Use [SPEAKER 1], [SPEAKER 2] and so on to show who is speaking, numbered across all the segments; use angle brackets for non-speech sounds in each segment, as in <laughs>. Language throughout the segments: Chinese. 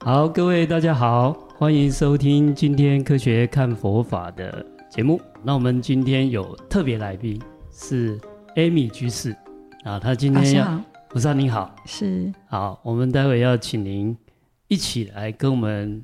[SPEAKER 1] 好，各位大家好，欢迎收听今天科学看佛法的节目。那我们今天有特别来宾是 Amy 居士啊，她今
[SPEAKER 2] 老
[SPEAKER 1] 天
[SPEAKER 2] 师
[SPEAKER 1] 要，
[SPEAKER 2] 好，
[SPEAKER 1] 菩萨您好，
[SPEAKER 2] 是
[SPEAKER 1] 好，我们待会要请您一起来跟我们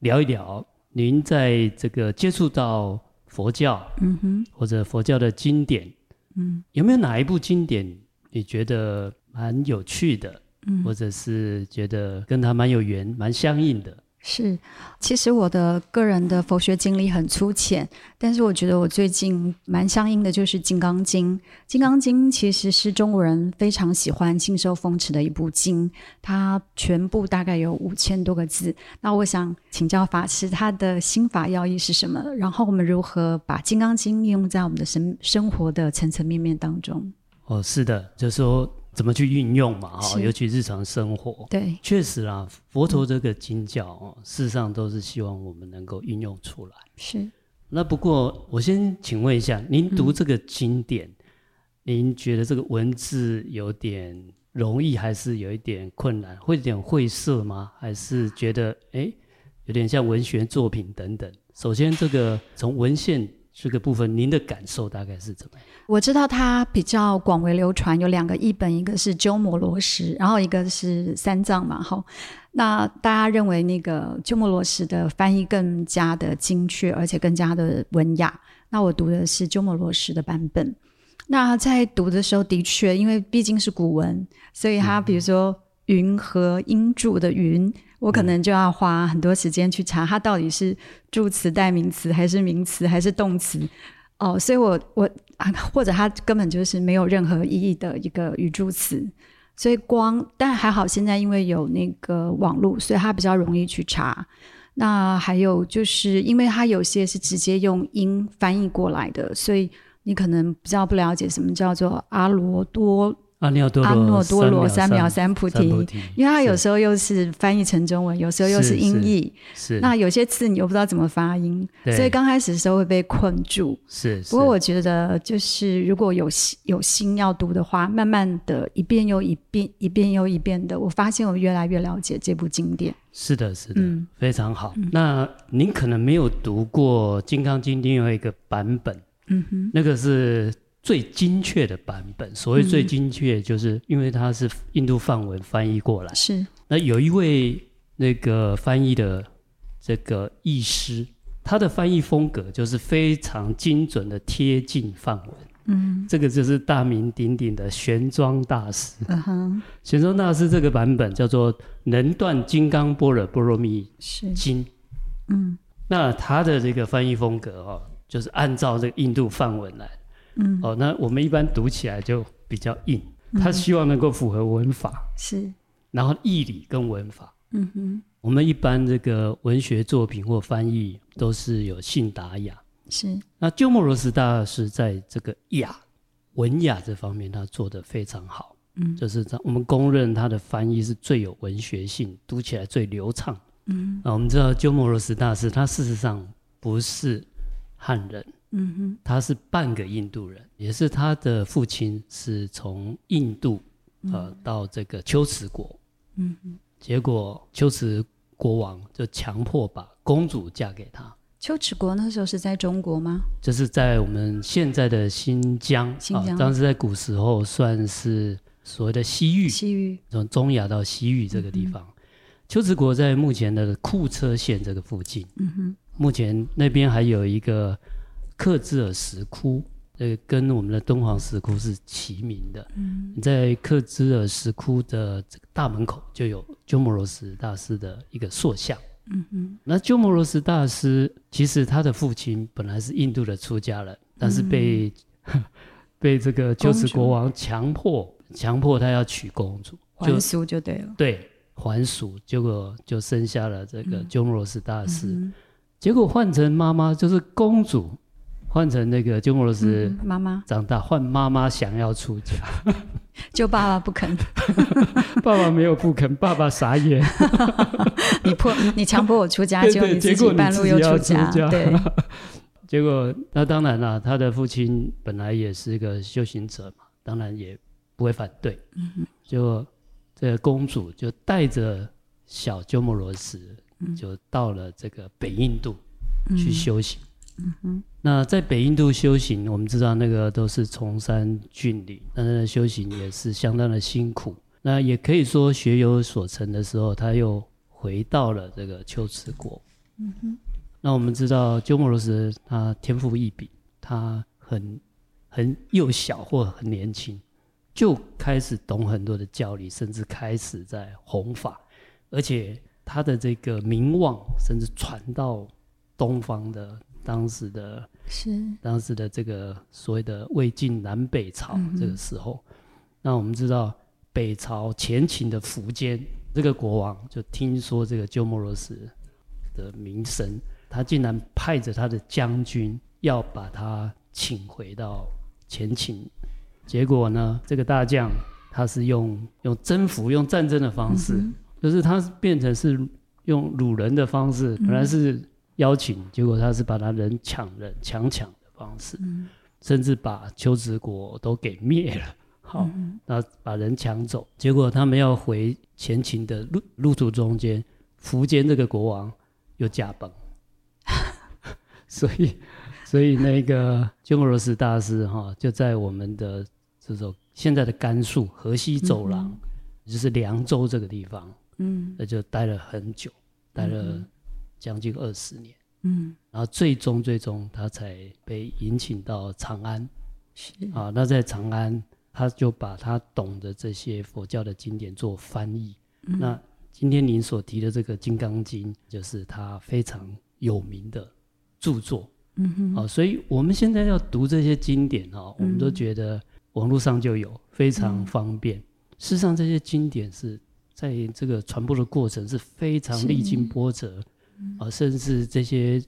[SPEAKER 1] 聊一聊，您在这个接触到佛教
[SPEAKER 2] 嗯哼，
[SPEAKER 1] 或者佛教的经典，
[SPEAKER 2] 嗯
[SPEAKER 1] 有没有哪一部经典你觉得蛮有趣的，
[SPEAKER 2] 嗯
[SPEAKER 1] 或，者是觉得跟它蛮有缘、蛮相应的？
[SPEAKER 2] 是。其实我的个人的佛学经历很粗浅，但是我觉得我最近蛮相应的就是《金刚经》。《金刚经》其实是中国人非常喜欢、信受风持的一部经，它全部大概有五千多个字。那我想请教法师，他的心法要义是什么？然后我们如何把《金刚经》应用在我们的生生活的层层面面当中？
[SPEAKER 1] 哦，是的，就是说怎么去运用嘛，哈、
[SPEAKER 2] 是
[SPEAKER 1] 尤其日常生活。
[SPEAKER 2] 对，
[SPEAKER 1] 确实啊，佛陀这个经教哦，事实上都是希望我们能够运用出来。
[SPEAKER 2] 是。
[SPEAKER 1] 那不过，我先请问一下，您读这个经典，
[SPEAKER 2] 嗯
[SPEAKER 1] 您觉得这个文字有点容易，还是有一点困难？会有点晦涩吗？还是觉得诶有点像文学作品等等？首先，这个从文献这个部分，您的感受大概是怎么样？
[SPEAKER 2] 我知道它比较广为流传，有两个译本，一个是鸠摩罗什，然后一个是三藏嘛。哈，那大家认为那个鸠摩罗什的翻译更加的精确，而且更加的文雅。那我读的是鸠摩罗什的版本。那在读的时候，的确，因为毕竟是古文，所以它比如说“云”和“音注”的“云”，我可能就要花很多时间去查它到底是助词代名词，还是名词，还是动词。哦，所以我我啊，或者它根本就是没有任何意义的一个语助词，所以光但还好现在因为有那个网络，所以它比较容易去查。那还有就是因为它有些是直接用音翻译过来的，所以你可能比较不了解什么叫做阿罗多
[SPEAKER 1] 阿耨啊多罗，
[SPEAKER 2] 阿诺啊多罗
[SPEAKER 1] 三
[SPEAKER 2] 三
[SPEAKER 1] 藐
[SPEAKER 2] 藐三菩
[SPEAKER 1] 三
[SPEAKER 2] 提，
[SPEAKER 1] 菩提，
[SPEAKER 2] 因为它有
[SPEAKER 1] 是
[SPEAKER 2] 时候又是翻译成中文，有时候又
[SPEAKER 1] 是
[SPEAKER 2] 是音
[SPEAKER 1] 是
[SPEAKER 2] 译，
[SPEAKER 1] 是
[SPEAKER 2] 那有些字你又不知道怎么发音，
[SPEAKER 1] 对
[SPEAKER 2] 所以刚开始的时候会被困住。
[SPEAKER 1] 是是
[SPEAKER 2] 不过我觉得，就是如果有心有心要读的话，慢慢的一遍又一遍，一遍又一遍的，我发现我越来越了解这部经典。
[SPEAKER 1] 是的，是的，
[SPEAKER 2] 嗯
[SPEAKER 1] 非常好。那您可能没有读过《金刚经》另外一个版本，
[SPEAKER 2] 嗯哼，
[SPEAKER 1] 那个是最精确的版本。所谓最
[SPEAKER 2] 嗯
[SPEAKER 1] 精确，就是因为它是印度梵文翻译过来。
[SPEAKER 2] 是
[SPEAKER 1] 那有一位那个翻译的这个译师，他的翻译风格就是非常精准的贴近梵文。嗯，这个就是大名鼎鼎的玄奘大师。
[SPEAKER 2] 嗯哼，
[SPEAKER 1] 玄奘大师这个版本叫做《能断金刚般若波罗蜜
[SPEAKER 2] 是
[SPEAKER 1] 经》。
[SPEAKER 2] 嗯
[SPEAKER 1] 那他的这个翻译风格哦，就是按照这个印度梵文来
[SPEAKER 2] 嗯，
[SPEAKER 1] 哦。那我们一般读起来就比较硬，他希望能够符合文法，
[SPEAKER 2] 是
[SPEAKER 1] 然后义理跟文法。
[SPEAKER 2] 嗯哼
[SPEAKER 1] 我们一般这个文学作品或翻译都是有信达雅。
[SPEAKER 2] 是
[SPEAKER 1] 那鸠摩罗什大师在这个雅文雅这方面，他做得非常好。
[SPEAKER 2] 嗯
[SPEAKER 1] 就是他我们公认他的翻译是最有文学性，读起来最流畅。
[SPEAKER 2] 嗯
[SPEAKER 1] 啊，我们知道鸠摩罗什大师，他事实上不是汉人，
[SPEAKER 2] 嗯哼
[SPEAKER 1] 他是半个印度人，也是他的父亲是从印度呃到这个龟兹国，
[SPEAKER 2] 嗯哼，
[SPEAKER 1] 结果龟兹国王就强迫把公主嫁给他，
[SPEAKER 2] 秋池国那时候是在中国吗？
[SPEAKER 1] 这是在我们现在的新疆啊
[SPEAKER 2] 新疆
[SPEAKER 1] 当时在古时候算是所谓的西域，
[SPEAKER 2] 西域
[SPEAKER 1] 从中亚到西域这个
[SPEAKER 2] 嗯
[SPEAKER 1] 地方。龟兹国在目前的库车县这个附近，
[SPEAKER 2] 嗯哼
[SPEAKER 1] 目前那边还有一个克孜尔石窟，呃，跟我们的敦煌石窟是齐名的。
[SPEAKER 2] 嗯
[SPEAKER 1] 你在克孜尔石窟的这个大门口就有鸠摩罗什大师的一个塑像。
[SPEAKER 2] 嗯哼
[SPEAKER 1] 那鸠摩罗什大师其实他的父亲本来是印度的出家人，但是被、
[SPEAKER 2] 嗯
[SPEAKER 1] <laughs> 被这个龟兹国王强迫强迫他要娶公主，就
[SPEAKER 2] 还俗就对了。
[SPEAKER 1] 对还俗，结果就生下了这个鸠摩罗什大师。
[SPEAKER 2] 嗯
[SPEAKER 1] 结果换成妈妈就是公主，换成那个鸠摩罗
[SPEAKER 2] 哼
[SPEAKER 1] 什
[SPEAKER 2] 嗯哼妈妈，
[SPEAKER 1] 长大，换妈妈想要出家，
[SPEAKER 2] 就爸爸不肯， <laughs>
[SPEAKER 1] 爸爸没有不肯，爸爸傻眼。
[SPEAKER 2] 你迫你强迫我出家，
[SPEAKER 1] 对
[SPEAKER 2] 结果
[SPEAKER 1] 对
[SPEAKER 2] 你自
[SPEAKER 1] 结果
[SPEAKER 2] 己
[SPEAKER 1] 你
[SPEAKER 2] 半
[SPEAKER 1] 自
[SPEAKER 2] 路
[SPEAKER 1] 己
[SPEAKER 2] 又
[SPEAKER 1] 要
[SPEAKER 2] 出
[SPEAKER 1] 出
[SPEAKER 2] 家，
[SPEAKER 1] 家 <laughs>
[SPEAKER 2] 对，
[SPEAKER 1] 结果那当然啦，他的父亲本来也是个修行者嘛，当然也不会反对。结果这个公主就带着小鸠摩罗什就到了这个北印度
[SPEAKER 2] 嗯
[SPEAKER 1] 去修行。那在北印度修行，我们知道那个都是崇山峻岭，那那修行也是相当的辛苦。那也可以说学有所成的时候，他又回到了这个秋池国。那我们知道鸠摩罗什他天赋异禀，他很很幼小或很年轻，就开始懂很多的教理，甚至开始在弘法，而且他的这个名望甚至传到东方的当时的
[SPEAKER 2] 是
[SPEAKER 1] 当时的这个所谓的魏晋南北朝这个时候，那我们知道北朝前秦的苻坚这个国王就听说这个鸠摩罗什的名声，他竟然派着他的将军要把他请回到前秦，结果呢，这个大将他是用用征服、用战争的方式，就是他变成是用掳人的方式，本来是邀请，结果他是把他人抢人、强抢的方式，甚至把丘兹国都给灭了。好，那把人抢走，结果他们要回前秦的路路途中间，苻坚这个国王又驾崩， <laughs> 所以所以那个鸠摩罗什大师哈、就在我们的这种现在的甘肃河西走廊，就是凉州这个地方，
[SPEAKER 2] 嗯
[SPEAKER 1] 那就待了很久，待了将近二十年，
[SPEAKER 2] 嗯
[SPEAKER 1] 然后最终最终他才被引请到长安
[SPEAKER 2] 是
[SPEAKER 1] 啊。那在长安，他就把他懂得这些佛教的经典做翻译。
[SPEAKER 2] 嗯
[SPEAKER 1] 那今天您所提的这个《金刚经》，就是他非常有名的著作。
[SPEAKER 2] 嗯哼嗯
[SPEAKER 1] 啊，所以我们现在要读这些经典啊，我们都觉得网络上就有，非常方便。
[SPEAKER 2] 嗯
[SPEAKER 1] 事实上，这些经典是在这个传播的过程是非常
[SPEAKER 2] 是嗯
[SPEAKER 1] 历经波折，啊，甚至这些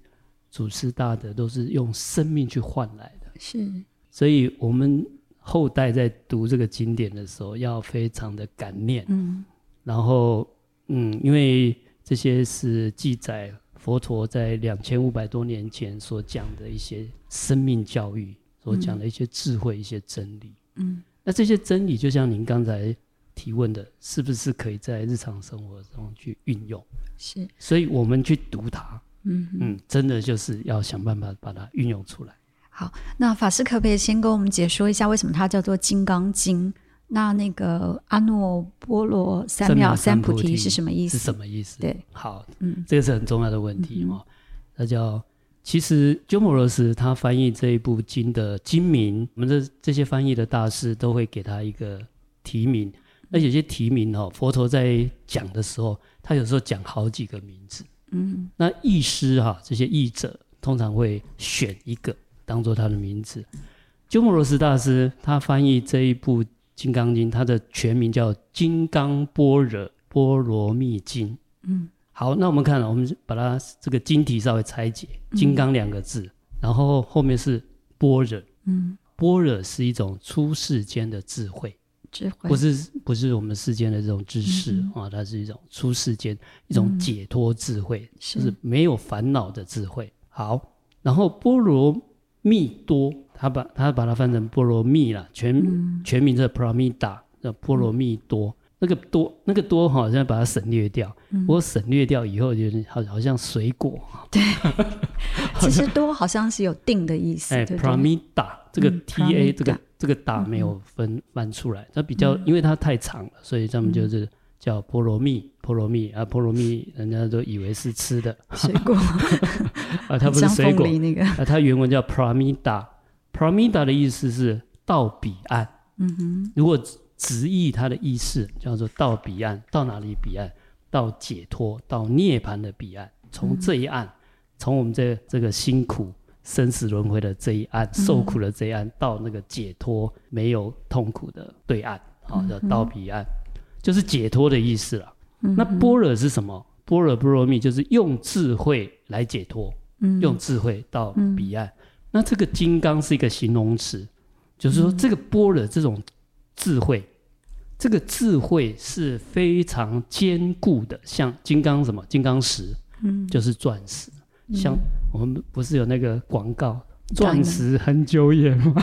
[SPEAKER 1] 祖师大德都是用生命去换来的。
[SPEAKER 2] 是
[SPEAKER 1] 所以，我们后代在读这个经典的时候，要非常的感念。
[SPEAKER 2] 嗯
[SPEAKER 1] 然后，嗯，因为这些是记载佛陀在两千五百多年前所讲的一些生命教育，所讲的一些智慧、一些真理。
[SPEAKER 2] 嗯
[SPEAKER 1] 那这些真理，就像您刚才提问的，是不是可以在日常生活中去运用？
[SPEAKER 2] 是
[SPEAKER 1] 所以我们去读它，
[SPEAKER 2] 嗯哼。
[SPEAKER 1] 嗯，真的就是要想办法把它运用出来。
[SPEAKER 2] 好，那法师可不可以先跟我们解说一下，为什么它叫做《金刚经》？那那个阿耨波罗三
[SPEAKER 1] 三
[SPEAKER 2] 藐
[SPEAKER 1] 藐
[SPEAKER 2] 三
[SPEAKER 1] 三
[SPEAKER 2] 菩
[SPEAKER 1] 菩
[SPEAKER 2] 提
[SPEAKER 1] 提
[SPEAKER 2] 是什么意思？
[SPEAKER 1] 是什么意思？
[SPEAKER 2] 对，
[SPEAKER 1] 好，
[SPEAKER 2] 嗯
[SPEAKER 1] 这个是很重要的问题哦。那叫其实鸠摩罗什他翻译这一部经的经名，我们这这些翻译的大师都会给他一个题名。那有些题名哦，佛陀在讲的时候，他有时候讲好几个名字。
[SPEAKER 2] 嗯
[SPEAKER 1] 那译师哈、这些译者通常会选一个当做他的名字。鸠摩罗什大师他翻译这一部《金刚经》，他的全名叫《金刚般若波罗蜜经》。
[SPEAKER 2] 嗯，
[SPEAKER 1] 好，那我们看了，我们把它这个经题稍微拆解，“
[SPEAKER 2] 嗯
[SPEAKER 1] 金刚”两个字，然后后面是“般若
[SPEAKER 2] 嗯，”，
[SPEAKER 1] 般若是一种出世间的智慧。
[SPEAKER 2] 智慧
[SPEAKER 1] 不是不是我们世间的这种知
[SPEAKER 2] 嗯
[SPEAKER 1] 识啊、它是一种出世间一种解脱智慧，
[SPEAKER 2] 是
[SPEAKER 1] 就是没有烦恼的智慧。好，然后波罗蜜多，他把他把它翻成波罗蜜啦，全、
[SPEAKER 2] 嗯
[SPEAKER 1] 全名是 Pramita，叫波罗蜜多。那个多那个多好像把它省略掉，
[SPEAKER 2] 嗯
[SPEAKER 1] 不过省略掉以后就是好好像水果，
[SPEAKER 2] <laughs> 其实多好像是有定的意思，
[SPEAKER 1] 哎
[SPEAKER 2] 对不对？
[SPEAKER 1] ，Pramita 这个
[SPEAKER 2] 嗯
[SPEAKER 1] T A
[SPEAKER 2] Pramita 嗯
[SPEAKER 1] 这个这个打没有分翻出来，它比较因为它太长了，所以他们
[SPEAKER 2] 嗯
[SPEAKER 1] 就是叫菠萝蜜，菠萝蜜啊，菠萝蜜，人家都以为是吃的
[SPEAKER 2] 水果，
[SPEAKER 1] 啊， <laughs> 它不是
[SPEAKER 2] 像
[SPEAKER 1] 水
[SPEAKER 2] 凤
[SPEAKER 1] 果
[SPEAKER 2] 梨那个，
[SPEAKER 1] 啊，它原文叫 Pramita，Pramita 的意思是到彼岸，
[SPEAKER 2] 嗯哼，
[SPEAKER 1] 如果直译它的意思叫做到彼岸，到哪里彼岸？到解脱，到涅槃的彼岸，从这一
[SPEAKER 2] 嗯
[SPEAKER 1] 岸，从我们这这个辛苦生死轮回的这一
[SPEAKER 2] 嗯
[SPEAKER 1] 岸，受苦的这一岸，到那个解脱没有痛苦的对岸，好、
[SPEAKER 2] 嗯
[SPEAKER 1] 叫到彼岸，就是解脱的意思了。
[SPEAKER 2] 嗯
[SPEAKER 1] 那般若是什么？般若波罗蜜就是用智慧来解脱，
[SPEAKER 2] 嗯
[SPEAKER 1] 用智慧到彼岸。那这个金刚是一个形容词，就是
[SPEAKER 2] 嗯
[SPEAKER 1] 说这个般若这种智慧，这个智慧是非常坚固的，像金刚什么金刚石，
[SPEAKER 2] 嗯，
[SPEAKER 1] 就是钻石。像我们不是有那个广告“
[SPEAKER 2] 当然
[SPEAKER 1] <laughs> 钻石恒久远”吗？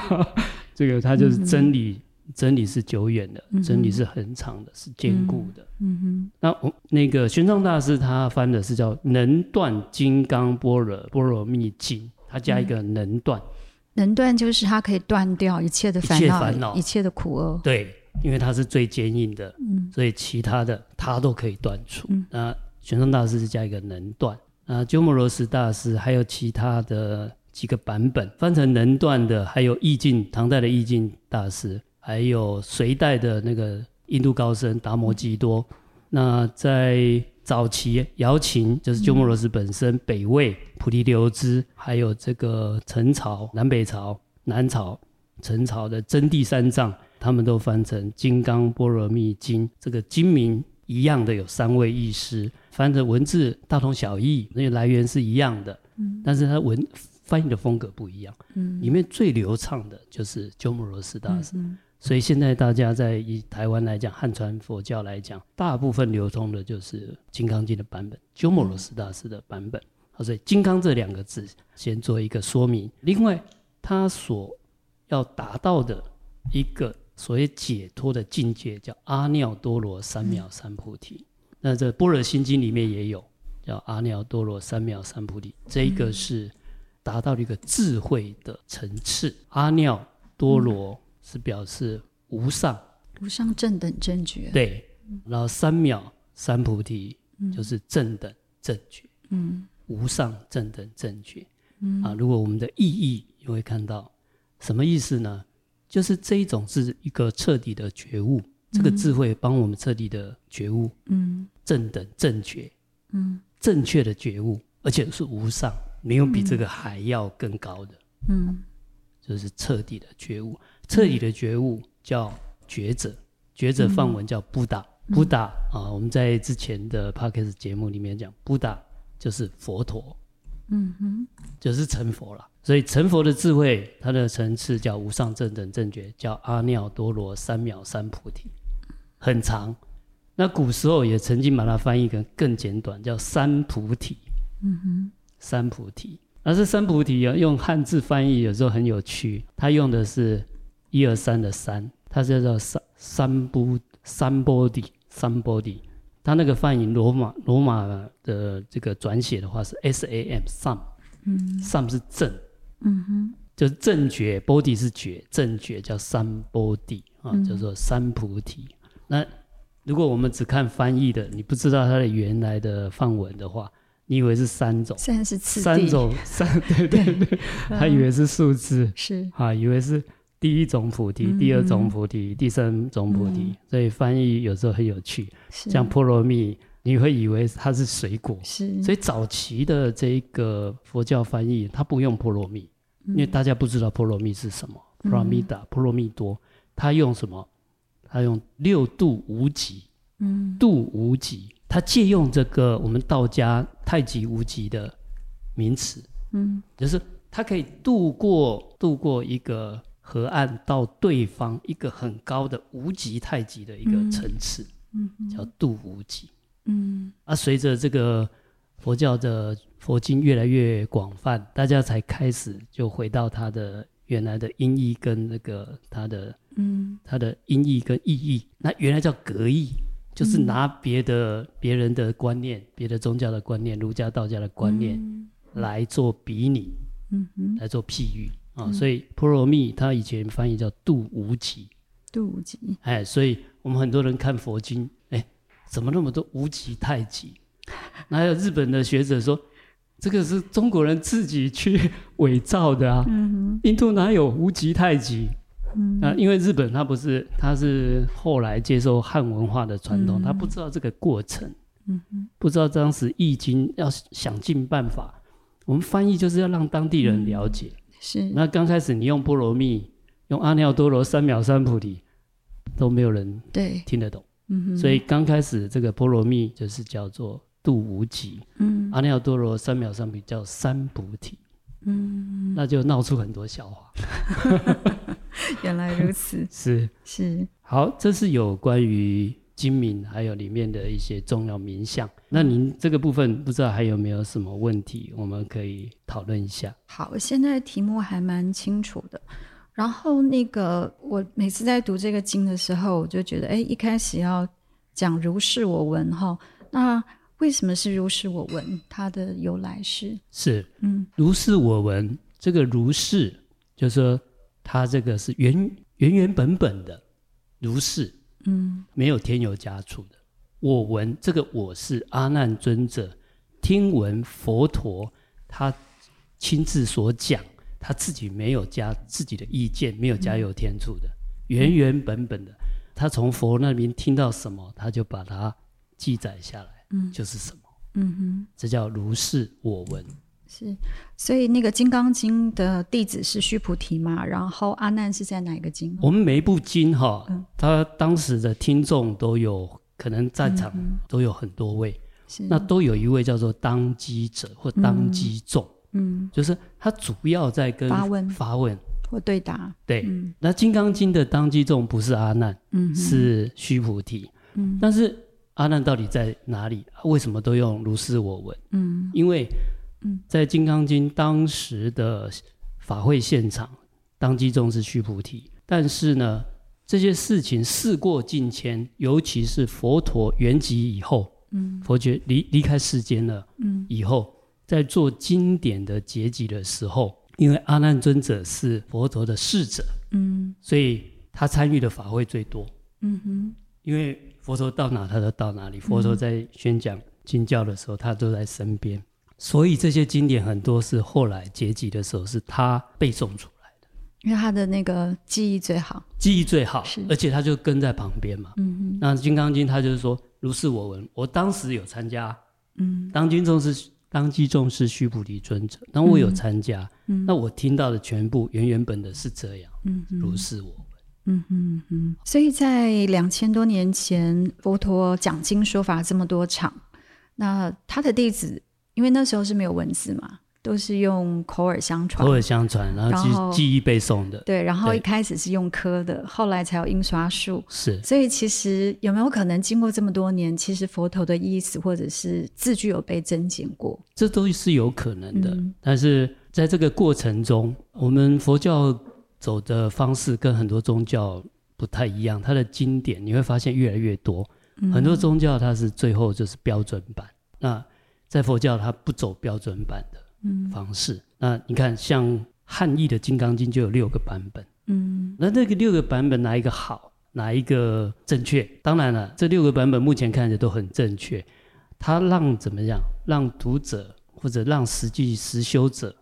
[SPEAKER 1] 这个它就是真理真理是久远的，
[SPEAKER 2] 嗯嗯哼
[SPEAKER 1] 真理是很长的，是坚固的。
[SPEAKER 2] 嗯
[SPEAKER 1] 那我那个玄奘大师他翻的是叫《能断金刚般若波罗蜜经》，他加一个能断，
[SPEAKER 2] 哼，能断就是它可以断掉一切的
[SPEAKER 1] 一
[SPEAKER 2] 烦
[SPEAKER 1] 切
[SPEAKER 2] 恼，
[SPEAKER 1] 烦恼
[SPEAKER 2] 一切的苦厄。
[SPEAKER 1] 对，因为它是最坚硬的，所以其他的他都可以断除。
[SPEAKER 2] 嗯
[SPEAKER 1] 那玄奘大师是加一个能断，啊，鸠摩罗什大师还有其他的几个版本翻成能断的，还有意境，唐代的意境大师，还有隋代的那个印度高僧达摩基多。那在早期，瑶琴就是鸠摩罗什本身，北魏、菩提留支，还有这个陈朝、南北朝、南朝、陈朝的真谛三藏，他们都翻成《金刚般若密经》，这个经名一样的有三位译师，翻成文字大同小异，那个来源是一样的，但是它文翻译的风格不一样。
[SPEAKER 2] 嗯
[SPEAKER 1] 里面最流畅的就是啊鸠摩罗什大师。
[SPEAKER 2] 嗯
[SPEAKER 1] 所以现在大家在以台湾来讲，汉传佛教来讲，大部分流通的就是《金刚经》的版本，鸠摩罗什大师的版本。好所以“金刚”这两个字先做一个说明。另外，他所要达到的一个所谓解脱的境界，叫阿耨多罗三藐三菩提。那这《般若心经》里面也有叫阿耨多罗三藐三菩提，这一个是达到了一个智慧的层次。阿耨多罗是表示无上，
[SPEAKER 2] 无上正等正觉。
[SPEAKER 1] 对，然后三藐三菩提就是正等正觉，嗯，无上正等正觉，嗯啊，如果我们的意义也会看到什么意思呢？就是这一种是一个彻底的觉悟，这个智慧帮我们彻底的觉悟，
[SPEAKER 2] 嗯
[SPEAKER 1] 正等正觉，
[SPEAKER 2] 嗯
[SPEAKER 1] 正确的觉悟，而且是无上，没有比这个还要更高的，
[SPEAKER 2] 嗯
[SPEAKER 1] 就是彻底的觉悟。彻底的觉悟叫觉者，觉者梵文叫布达，
[SPEAKER 2] 嗯
[SPEAKER 1] 布达啊，我们在之前的 p o d c a s t 节目里面讲，布达就是佛陀，
[SPEAKER 2] 嗯哼
[SPEAKER 1] 就是成佛了。所以成佛的智慧，它的层次叫无上正等正觉，叫阿耨多罗三藐三菩提，很长。那古时候也曾经把它翻译成更简短，叫三菩提。
[SPEAKER 2] 嗯哼
[SPEAKER 1] 三菩提。而这三菩提啊，用汉字翻译有时候很有趣，它用的是一二三的三，它叫做三三不三波底三波底。它那个翻译罗马罗马的这个转写的话是 S A M sam，嗯，sam 是正，
[SPEAKER 2] 嗯哼
[SPEAKER 1] 就是正觉，body 是觉，正觉叫三 body 啊，
[SPEAKER 2] 嗯
[SPEAKER 1] 叫做三菩提。那如果我们只看翻译的，你不知道它的原来的范文的话，你以为是三种，
[SPEAKER 2] 现在是次
[SPEAKER 1] 三
[SPEAKER 2] 第，
[SPEAKER 1] 种三对对对，他以为是数字
[SPEAKER 2] 是
[SPEAKER 1] 啊，以为是第一种菩提、第二
[SPEAKER 2] 嗯
[SPEAKER 1] 种菩提、第三种菩提，所以翻译有时候很有趣。
[SPEAKER 2] 是
[SPEAKER 1] 像菠萝蜜，你会以为它是水果，
[SPEAKER 2] 是
[SPEAKER 1] 所以早期的这个佛教翻译，它不用菠萝蜜，因
[SPEAKER 2] 嗯
[SPEAKER 1] 为大家不知道菠萝蜜是什么，普拉蜜达、菠萝蜜多，它用什么？它用六度无极，
[SPEAKER 2] 嗯
[SPEAKER 1] 度无极，它借用这个我们道家太极无极的名词，
[SPEAKER 2] 嗯
[SPEAKER 1] 就是它可以渡过渡过一个河岸到对方一个很高的无极太极的一个层次，
[SPEAKER 2] 嗯
[SPEAKER 1] 叫度无极。
[SPEAKER 2] 嗯
[SPEAKER 1] 啊，随着这个佛教的佛经越来越广泛，大家才开始就回到它的原来的音译跟那个它的
[SPEAKER 2] 嗯
[SPEAKER 1] 它的音译跟意义。那原来叫格义，就是拿别的、别人的观念、别的宗教的观念、儒家、道家的观念、来做比拟，
[SPEAKER 2] 嗯哼
[SPEAKER 1] 来做譬喻啊。所以《波罗蜜》它以前翻译叫度无极，
[SPEAKER 2] 度无极
[SPEAKER 1] 哎，所以我们很多人看佛经，哎，怎么那么多无极太极？那还有日本的学者说，这个是中国人自己去 <laughs> 伪造的啊，
[SPEAKER 2] 嗯
[SPEAKER 1] 印度哪有无极太极？
[SPEAKER 2] 嗯
[SPEAKER 1] 啊，因为日本它不是，它是后来接受汉文化的传统，
[SPEAKER 2] 嗯
[SPEAKER 1] 它不知道这个过程，
[SPEAKER 2] 嗯哼
[SPEAKER 1] 不知道当时《易经》要想尽办法，我们翻译就是要让当地人了解。
[SPEAKER 2] 是
[SPEAKER 1] 那刚开始你用波罗蜜，用阿耨多罗三藐三菩提，都没有人
[SPEAKER 2] 对
[SPEAKER 1] 听得懂。
[SPEAKER 2] 嗯哼
[SPEAKER 1] 所以刚开始这个波罗蜜就是叫做度无极，
[SPEAKER 2] 嗯
[SPEAKER 1] 阿耨多罗三藐三菩提叫三菩提，
[SPEAKER 2] 嗯
[SPEAKER 1] 那就闹出很多笑话。
[SPEAKER 2] 原来如此
[SPEAKER 1] 是，
[SPEAKER 2] 是
[SPEAKER 1] 好，这是有关于精明还有里面的一些重要名相。那您这个部分不知道还有没有什么问题，我们可以讨论一下。
[SPEAKER 2] 好，现在题目还蛮清楚的。然后那个我每次在读这个经的时候，我就觉得，哎，一开始要讲如是我闻哈，那为什么是如是我闻？它的由来是，
[SPEAKER 1] 是
[SPEAKER 2] 嗯
[SPEAKER 1] 如是我闻，这个如是就是说它这个是原原原本本的如是，
[SPEAKER 2] 嗯
[SPEAKER 1] 没有添油加醋的。我闻这个我是阿难尊者，听闻佛陀他亲自所讲，他自己没有加自己的意见，没有加油添醋的，原原本本的。他从佛那边听到什么，他就把它记载下来，
[SPEAKER 2] 嗯
[SPEAKER 1] 就是什么，
[SPEAKER 2] 嗯哼。
[SPEAKER 1] 这叫如是我闻。
[SPEAKER 2] 是，所以那个《金刚经》的弟子是须菩提嘛，然后阿难是在哪一个经？啊
[SPEAKER 1] 我们每一部经哈
[SPEAKER 2] 嗯，
[SPEAKER 1] 他当时的听众都有可能在场
[SPEAKER 2] 嗯
[SPEAKER 1] 都有很多位，
[SPEAKER 2] 是
[SPEAKER 1] 那都有一位叫做当机者或当机众，
[SPEAKER 2] 嗯，
[SPEAKER 1] 就是他主要在跟
[SPEAKER 2] 发问
[SPEAKER 1] 发问。
[SPEAKER 2] 我对答，
[SPEAKER 1] 对，
[SPEAKER 2] 嗯
[SPEAKER 1] 那《金刚经》的当机众不是阿难，
[SPEAKER 2] 嗯哼，
[SPEAKER 1] 是须菩提。
[SPEAKER 2] 嗯
[SPEAKER 1] 但是阿难到底在哪里？啊为什么都用如是我闻？
[SPEAKER 2] 嗯
[SPEAKER 1] 因为
[SPEAKER 2] 嗯
[SPEAKER 1] 在《金刚经》当时的法会现场，当机众是须菩提，但是呢，这些事情事过境迁，尤其是佛陀圆寂以后，
[SPEAKER 2] 嗯
[SPEAKER 1] 佛觉离离开世间了
[SPEAKER 2] 嗯
[SPEAKER 1] 以后，在做经典的结集的时候，因为阿难尊者是佛陀的侍者，
[SPEAKER 2] 嗯
[SPEAKER 1] 所以他参与的法会最多。
[SPEAKER 2] 嗯哼，
[SPEAKER 1] 因为佛陀到哪，他就到哪里。佛陀在宣讲经教的时候，他都在身边，所以这些经典很多是后来结集的时候是他背诵出来，
[SPEAKER 2] 因为他的那个记忆最好，
[SPEAKER 1] 记忆最好
[SPEAKER 2] 是，
[SPEAKER 1] 而且他就跟在旁边嘛。
[SPEAKER 2] 嗯
[SPEAKER 1] 那《金刚经》他就是说如是我闻，我当时有参加，
[SPEAKER 2] 哼嗯
[SPEAKER 1] 当今众是当机众是须菩提尊者，当我有
[SPEAKER 2] 嗯
[SPEAKER 1] 参加，
[SPEAKER 2] 嗯
[SPEAKER 1] 那我听到的全部原原本的是这样，
[SPEAKER 2] 嗯哼
[SPEAKER 1] 如是我。
[SPEAKER 2] 嗯哼嗯哼，所以在两千多年前，佛陀讲经说法这么多场，那他的弟子，因为那时候是没有文字嘛，都是用口耳相传
[SPEAKER 1] 口，耳相传，然
[SPEAKER 2] 然
[SPEAKER 1] 后
[SPEAKER 2] 后
[SPEAKER 1] 记记忆背诵的，
[SPEAKER 2] 对，然后
[SPEAKER 1] 对
[SPEAKER 2] 一开始是用刻的，后来才有印刷术。
[SPEAKER 1] 是
[SPEAKER 2] 所以其实有没有可能经过这么多年，其实佛头的意思或者是字句有被增减过？
[SPEAKER 1] 这都是有可能的。
[SPEAKER 2] 嗯
[SPEAKER 1] 但是在这个过程中，我们佛教走的方式跟很多宗教不太一样，它的经典你会发现越来越多。
[SPEAKER 2] 嗯
[SPEAKER 1] 很多宗教它是最后就是标准版，那在佛教它不走标准版的
[SPEAKER 2] 嗯
[SPEAKER 1] 方式。那你看，像汉译的《金刚经》就有六个版本，
[SPEAKER 2] 嗯
[SPEAKER 1] 那那个六个版本哪一个好，哪一个正确？当然了，这六个版本目前看着都很正确，它让怎么样，让读者或者让实际实修者，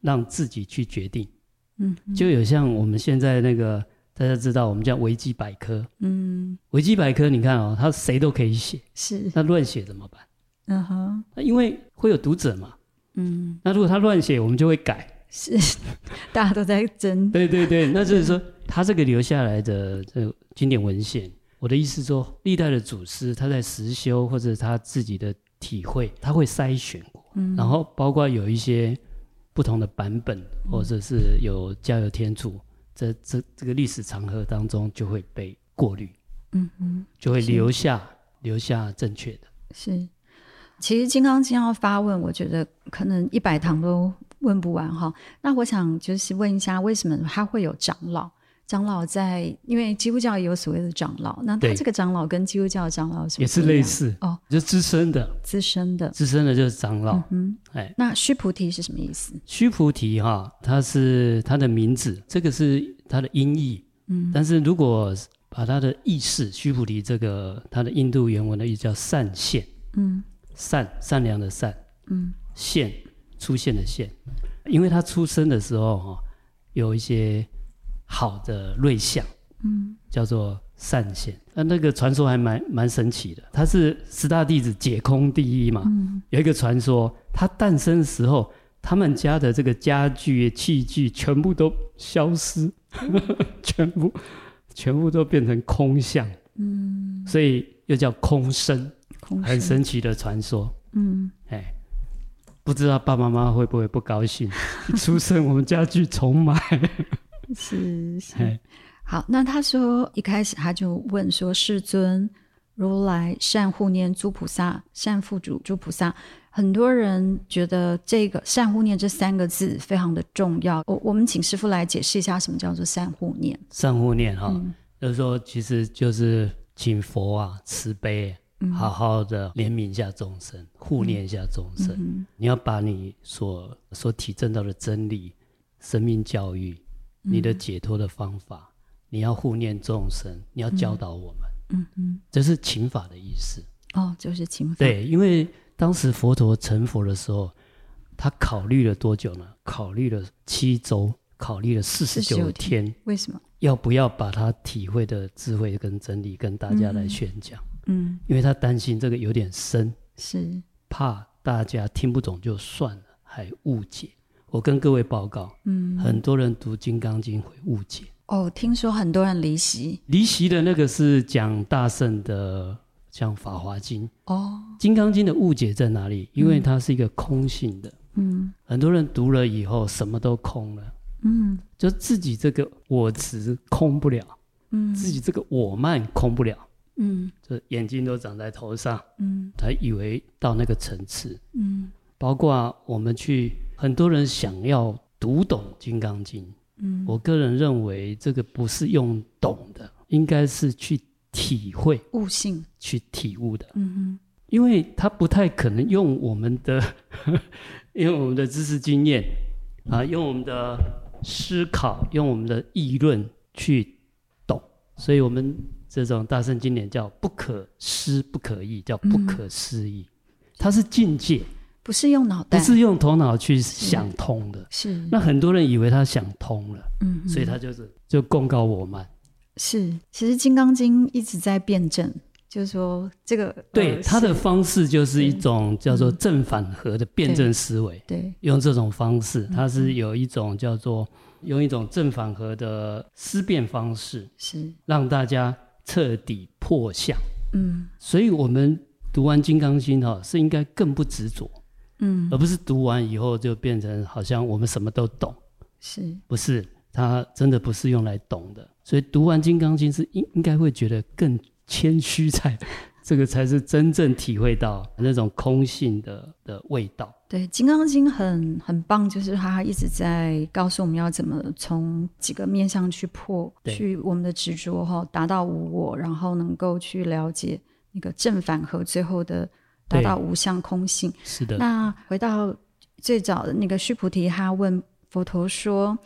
[SPEAKER 1] 让自己去决定。
[SPEAKER 2] 嗯
[SPEAKER 1] 就有像我们现在那个大家知道，我们叫维基百科，
[SPEAKER 2] 嗯
[SPEAKER 1] 维基百科你看哦，它谁都可以写，
[SPEAKER 2] 是
[SPEAKER 1] 那乱写怎么办？
[SPEAKER 2] 嗯哼
[SPEAKER 1] 那因为会有读者嘛，
[SPEAKER 2] 嗯
[SPEAKER 1] 那如果他乱写，我们就会改。
[SPEAKER 2] 是，大家都在争
[SPEAKER 1] 对对对，那就是说，他这个留下来的这个经典文献，我的意思说，历代的祖师他在实修或者他自己的体会，他会筛选过，
[SPEAKER 2] 嗯
[SPEAKER 1] 然后包括有一些不同的版本，或者是有加油添醋，这这这个历史长河当中就会被过滤，
[SPEAKER 2] 嗯嗯
[SPEAKER 1] 就会
[SPEAKER 2] 是
[SPEAKER 1] 留下留下正确的。
[SPEAKER 2] 是。其实《金刚经》要发问，我觉得可能一百堂都问不完哈。那我想就是问一下，为什么他会有长老？长老在，因为基督教也有所谓的长老，那他
[SPEAKER 1] 对
[SPEAKER 2] 这个长老跟基督教的长老有什么
[SPEAKER 1] 也是
[SPEAKER 2] 不一样
[SPEAKER 1] 类似
[SPEAKER 2] 哦，
[SPEAKER 1] 就资深的，
[SPEAKER 2] 资深的。
[SPEAKER 1] 资深的就是长老
[SPEAKER 2] 嗯，哼，
[SPEAKER 1] 哎，
[SPEAKER 2] 那须菩提是什么意思？
[SPEAKER 1] 须菩提哈，它是它的名字，这个是它的音译。
[SPEAKER 2] 嗯，
[SPEAKER 1] 但是如果把它的意识，须菩提这个它的印度原文的意思叫善现，
[SPEAKER 2] 嗯
[SPEAKER 1] 善善良的善，
[SPEAKER 2] 嗯
[SPEAKER 1] 现出现的现，因为他出生的时候哈、有一些好的瑞相，
[SPEAKER 2] 嗯，
[SPEAKER 1] 叫做善现。那那个传说还蛮蛮神奇的，他是十大弟子解空第一嘛，
[SPEAKER 2] 嗯
[SPEAKER 1] 有一个传说，他诞生的时候，他们家的这个家具、器具全部都消失， <laughs> 全部全部都变成空相，
[SPEAKER 2] 嗯，
[SPEAKER 1] 所以又叫空身，
[SPEAKER 2] 空
[SPEAKER 1] 很
[SPEAKER 2] 深，
[SPEAKER 1] 神奇的传说。
[SPEAKER 2] 嗯
[SPEAKER 1] 哎，不知道爸爸妈妈会不会不高兴？一出生我们家具重买，
[SPEAKER 2] 是是。
[SPEAKER 1] 哎
[SPEAKER 2] 好，那他说一开始他就问说：“世尊，如来善护念诸菩萨，善护主诸菩萨。”很多人觉得这个“善护念”这三个字非常的重要。我我们请师傅来解释一下什么叫做善护念。
[SPEAKER 1] 善护念哈、就是说其实就是请佛啊慈悲，好好的怜悯一下众生，护念一下众生。你要把你所所体证到的真理、生命教育、你的解脱的方法，你要护念众生，你要教导我们，
[SPEAKER 2] 嗯嗯，
[SPEAKER 1] 这是请法的意思。
[SPEAKER 2] 哦，就是情法。，
[SPEAKER 1] 对，因为当时佛陀成佛的时候，他考虑了多久呢？考虑了七周，考虑了四十九
[SPEAKER 2] 49天
[SPEAKER 1] 天，
[SPEAKER 2] 为什么？
[SPEAKER 1] 要不要把他体会的智慧跟真理跟大家来宣讲？
[SPEAKER 2] 嗯，
[SPEAKER 1] 因为他担心这个有点深，
[SPEAKER 2] 是，
[SPEAKER 1] 怕大家听不懂就算了，还误解。我跟各位报告，
[SPEAKER 2] 嗯，
[SPEAKER 1] 很多人读《金刚经》会误解，
[SPEAKER 2] 哦，听说很多人离席。
[SPEAKER 1] 离席的那个是讲大圣的，像《法华经》。
[SPEAKER 2] 哦，
[SPEAKER 1] 《金刚经》的误解在哪里？因为它是一个空性的，
[SPEAKER 2] 嗯
[SPEAKER 1] 很多人读了以后什么都空了，
[SPEAKER 2] 嗯
[SPEAKER 1] 就自己这个我执空不了，
[SPEAKER 2] 嗯
[SPEAKER 1] 自己这个我慢空不了，
[SPEAKER 2] 嗯
[SPEAKER 1] 就眼睛都长在头上，
[SPEAKER 2] 嗯
[SPEAKER 1] 才以为到那个层次。
[SPEAKER 2] 嗯
[SPEAKER 1] 包括我们去，很多人想要读懂《金刚经》，
[SPEAKER 2] 嗯，
[SPEAKER 1] 我个人认为这个不是用懂的，应该是去体会、
[SPEAKER 2] 悟性。
[SPEAKER 1] 去体悟的。
[SPEAKER 2] 嗯
[SPEAKER 1] 因为他不太可能用我们的， <laughs> 用我们的知识经验啊，用我们的思考，用我们的议论去懂，所以我们这种大圣经典叫不可思不可议，叫不可思
[SPEAKER 2] 嗯
[SPEAKER 1] 议，它是境界，
[SPEAKER 2] 哼，不是用脑
[SPEAKER 1] 不
[SPEAKER 2] 袋，
[SPEAKER 1] 是用头脑去想通的。
[SPEAKER 2] 是，
[SPEAKER 1] 那很多人以为他想通了，
[SPEAKER 2] 嗯哼，
[SPEAKER 1] 所以他就是就公告我慢。
[SPEAKER 2] 是，其实《金刚经》一直在辩证，就是说这个
[SPEAKER 1] 对
[SPEAKER 2] 呃
[SPEAKER 1] 他的
[SPEAKER 2] 是嗯
[SPEAKER 1] 方式就是一种叫做正反合的辩证思维。
[SPEAKER 2] 对，
[SPEAKER 1] 用这种方式，它是有一种叫做用一种正反合的思辨方式，
[SPEAKER 2] 是，
[SPEAKER 1] 让大家彻底破相。
[SPEAKER 2] 嗯
[SPEAKER 1] 所以，我们读完《金刚经》哈，是应该更不执着，
[SPEAKER 2] 嗯，
[SPEAKER 1] 而不是读完以后就变成好像我们什么都懂，
[SPEAKER 2] 是，
[SPEAKER 1] 不是？它真的不是用来懂的。所以，读完《金刚经》是应应该会觉得更谦虚在，这个才是真正体会到那种空性的的味道。
[SPEAKER 2] 对，《金刚经很》很棒，就是它一直在告诉我们要怎么从几个面向去破，
[SPEAKER 1] 对
[SPEAKER 2] 去我们的执着哈，达到无我，然后能够去了解那个正反合，最后的达
[SPEAKER 1] 对
[SPEAKER 2] 到无相空性。
[SPEAKER 1] 是的，
[SPEAKER 2] 那回到最早的那个须菩提，他问佛陀说：“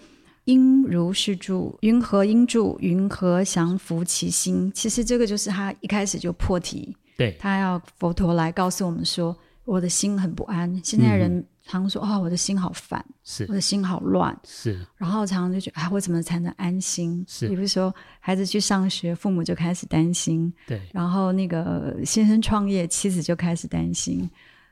[SPEAKER 2] 应如是住，云何应住？云何降伏其心？”其实这个就是他一开始就破题，
[SPEAKER 1] 对，
[SPEAKER 2] 他要佛陀来告诉我们说：“我的心很不安。”现在人常说：“哦，我的心好烦，
[SPEAKER 1] 嗯是
[SPEAKER 2] 我的心好乱。”
[SPEAKER 1] 是。
[SPEAKER 2] 然后常常就觉得：“哎，我怎么才能安心？”
[SPEAKER 1] 是
[SPEAKER 2] 比如说孩子去上学，父母就开始担心；
[SPEAKER 1] 对，
[SPEAKER 2] 然后那个先生创业，妻子就开始担心，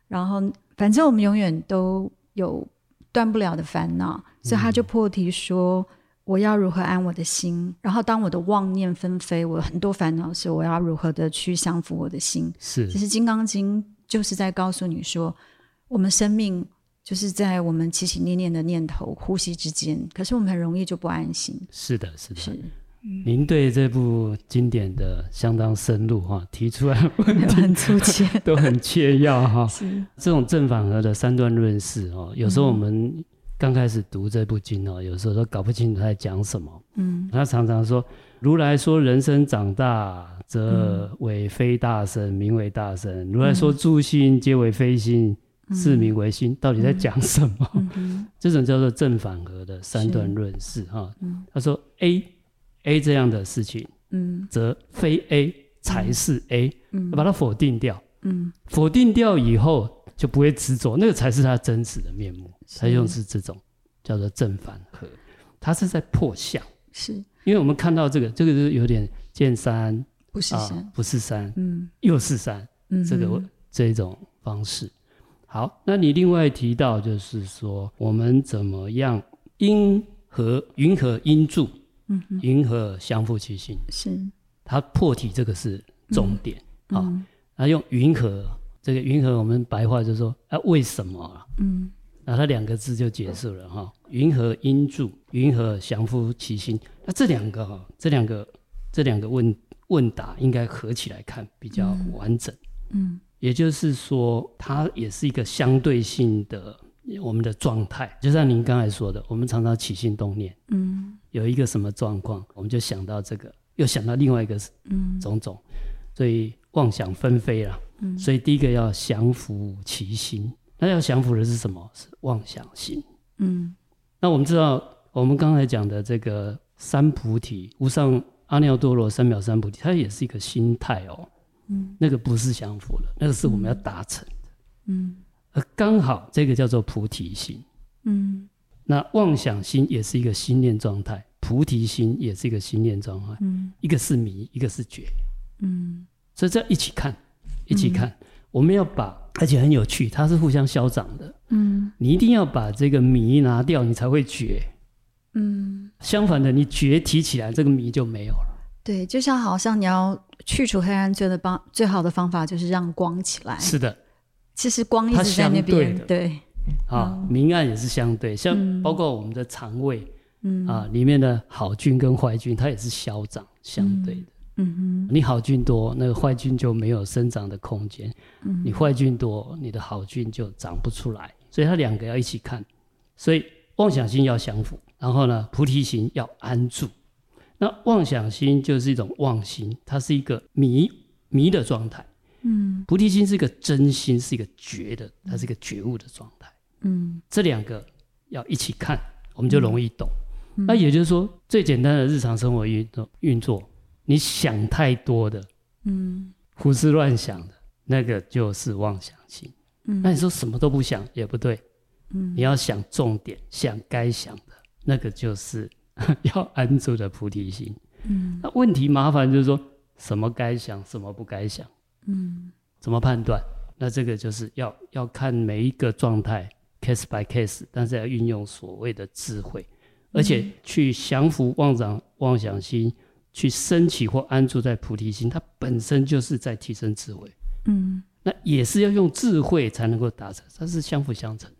[SPEAKER 2] 然后反正我们永远都有断不了的烦恼，所以他就破题说。我要如何安我的心？然后当我的妄念纷飞，我有很多烦恼的时候，我要如何的去降服我的心？
[SPEAKER 1] 是
[SPEAKER 2] 其实《金刚经》就是在告诉你说，我们生命就是在我们起起念念的念头、呼吸之间，可是我们很容易就不安心。
[SPEAKER 1] 是的，是的。
[SPEAKER 2] 是，
[SPEAKER 1] 您对这部经典的相当深入哈、提出来的问
[SPEAKER 2] 没有
[SPEAKER 1] 题
[SPEAKER 2] 很粗浅。
[SPEAKER 1] <laughs> 都很切要
[SPEAKER 2] <laughs>
[SPEAKER 1] 哈、
[SPEAKER 2] 是，
[SPEAKER 1] 这种正反合的三段论式哦，有时候我们刚开始读这部经哦，有时候都搞不清楚他在讲什么。
[SPEAKER 2] 嗯，
[SPEAKER 1] 他常常说，如来说人生长大，
[SPEAKER 2] 嗯
[SPEAKER 1] 则为非大身，名为大身；如来说诸心皆为非心，是名为心。到底在讲什么？
[SPEAKER 2] 嗯哼，
[SPEAKER 1] 这种叫做正反合的三段论式哈。他说 A A 这样的事情，
[SPEAKER 2] 嗯
[SPEAKER 1] 则非 A 才是 A，、
[SPEAKER 2] 嗯
[SPEAKER 1] 把它否定掉，
[SPEAKER 2] 嗯。
[SPEAKER 1] 否定掉以后就不会执着，那个才是他真实的面目。
[SPEAKER 2] 是
[SPEAKER 1] 他用是这种叫做正反合，他是在破相，
[SPEAKER 2] 是
[SPEAKER 1] 因为我们看到这个，这个就是有点见山
[SPEAKER 2] 不是山？
[SPEAKER 1] 啊，不是山
[SPEAKER 2] 嗯
[SPEAKER 1] 又是山，
[SPEAKER 2] 嗯哼，
[SPEAKER 1] 这个这种方式。好，那你另外提到就是说，我们怎么样因和云和因住，
[SPEAKER 2] 嗯哼
[SPEAKER 1] 云和相互其心，
[SPEAKER 2] 是
[SPEAKER 1] 它破题这个是重点啊。
[SPEAKER 2] 嗯
[SPEAKER 1] 那、用云和这个云和，我们白话就说啊，为什么啊？
[SPEAKER 2] 嗯
[SPEAKER 1] 那它两个字就结束了哈、云和因住，云和降伏其心。那这两个哈、这两个这两个问问答应该合起来看比较完整。
[SPEAKER 2] 嗯
[SPEAKER 1] 也就是说，它也是一个相对性的我们的状态。就像您刚才说的，我们常常起心动念，
[SPEAKER 2] 嗯
[SPEAKER 1] 有一个什么状况，我们就想到这个，又想到另外一个
[SPEAKER 2] 嗯
[SPEAKER 1] 种种，所以妄想纷飞啦。
[SPEAKER 2] 嗯
[SPEAKER 1] 所以第一个要降服其心，那要降服的是什么？是妄想心。
[SPEAKER 2] 嗯
[SPEAKER 1] 那我们知道，我们刚才讲的这个三菩提，无上阿耨多罗三藐三菩提，它也是一个心态哦。
[SPEAKER 2] 嗯
[SPEAKER 1] 那个不是降服了，那个是我们要达成。
[SPEAKER 2] 嗯
[SPEAKER 1] 而刚好这个叫做菩提心。
[SPEAKER 2] 嗯
[SPEAKER 1] 那妄想心也是一个心念状态，菩提心也是一个心念状态，
[SPEAKER 2] 嗯
[SPEAKER 1] 一个是迷，一个是觉，
[SPEAKER 2] 嗯
[SPEAKER 1] 所以这一起看，一起看。我们要把，而且很有趣，它是互相消长的。
[SPEAKER 2] 嗯
[SPEAKER 1] 你一定要把这个迷拿掉，你才会觉。
[SPEAKER 2] 嗯，
[SPEAKER 1] 相反的，你觉提起来，这个迷就没有了。
[SPEAKER 2] 对，就像好像你要去除黑暗罪的方最好的方法就是让光起来。
[SPEAKER 1] 是的，
[SPEAKER 2] 其实光一
[SPEAKER 1] 它
[SPEAKER 2] 直在那
[SPEAKER 1] 相对
[SPEAKER 2] 边，
[SPEAKER 1] 的
[SPEAKER 2] 对，
[SPEAKER 1] 啊，
[SPEAKER 2] 哦
[SPEAKER 1] 明暗也是相对，像包括我们的肠胃
[SPEAKER 2] 嗯
[SPEAKER 1] 啊，里面的好菌跟坏菌，它也是消长相对的。
[SPEAKER 2] 嗯
[SPEAKER 1] 你好菌多，那个坏菌就没有生长的空间；
[SPEAKER 2] 哼嗯
[SPEAKER 1] 你坏菌多，你的好菌就长不出来。所以它两个要一起看，所以妄想心要降服，然后呢，菩提心要安住。那妄想心就是一种妄心，它是一个迷迷的状态；
[SPEAKER 2] 嗯
[SPEAKER 1] 菩提心是一个真心，是一个觉的，它是一个觉悟的状态。
[SPEAKER 2] 嗯
[SPEAKER 1] 这两个要一起看，我们就容易懂。那也就是说，最简单的日常生活运作运作，你想太多的，
[SPEAKER 2] 嗯
[SPEAKER 1] 胡思乱想的，那个就是妄想心。
[SPEAKER 2] 嗯
[SPEAKER 1] 那你说什么都不想也不对，你要想重点，想该想的，那个就是 <laughs> 要安住的菩提心。
[SPEAKER 2] 嗯
[SPEAKER 1] 那问题麻烦就是说什么该想，什么不该想，
[SPEAKER 2] 嗯
[SPEAKER 1] 怎么判断？那这个就是要要看每一个状态 case by case，但是要运用所谓的智慧，而且
[SPEAKER 2] 嗯
[SPEAKER 1] 去降服妄想妄想心，去升起或安住在菩提心，它本身就是在提升智慧。
[SPEAKER 2] 嗯
[SPEAKER 1] 那也是要用智慧才能够达成，它是相辅相成的。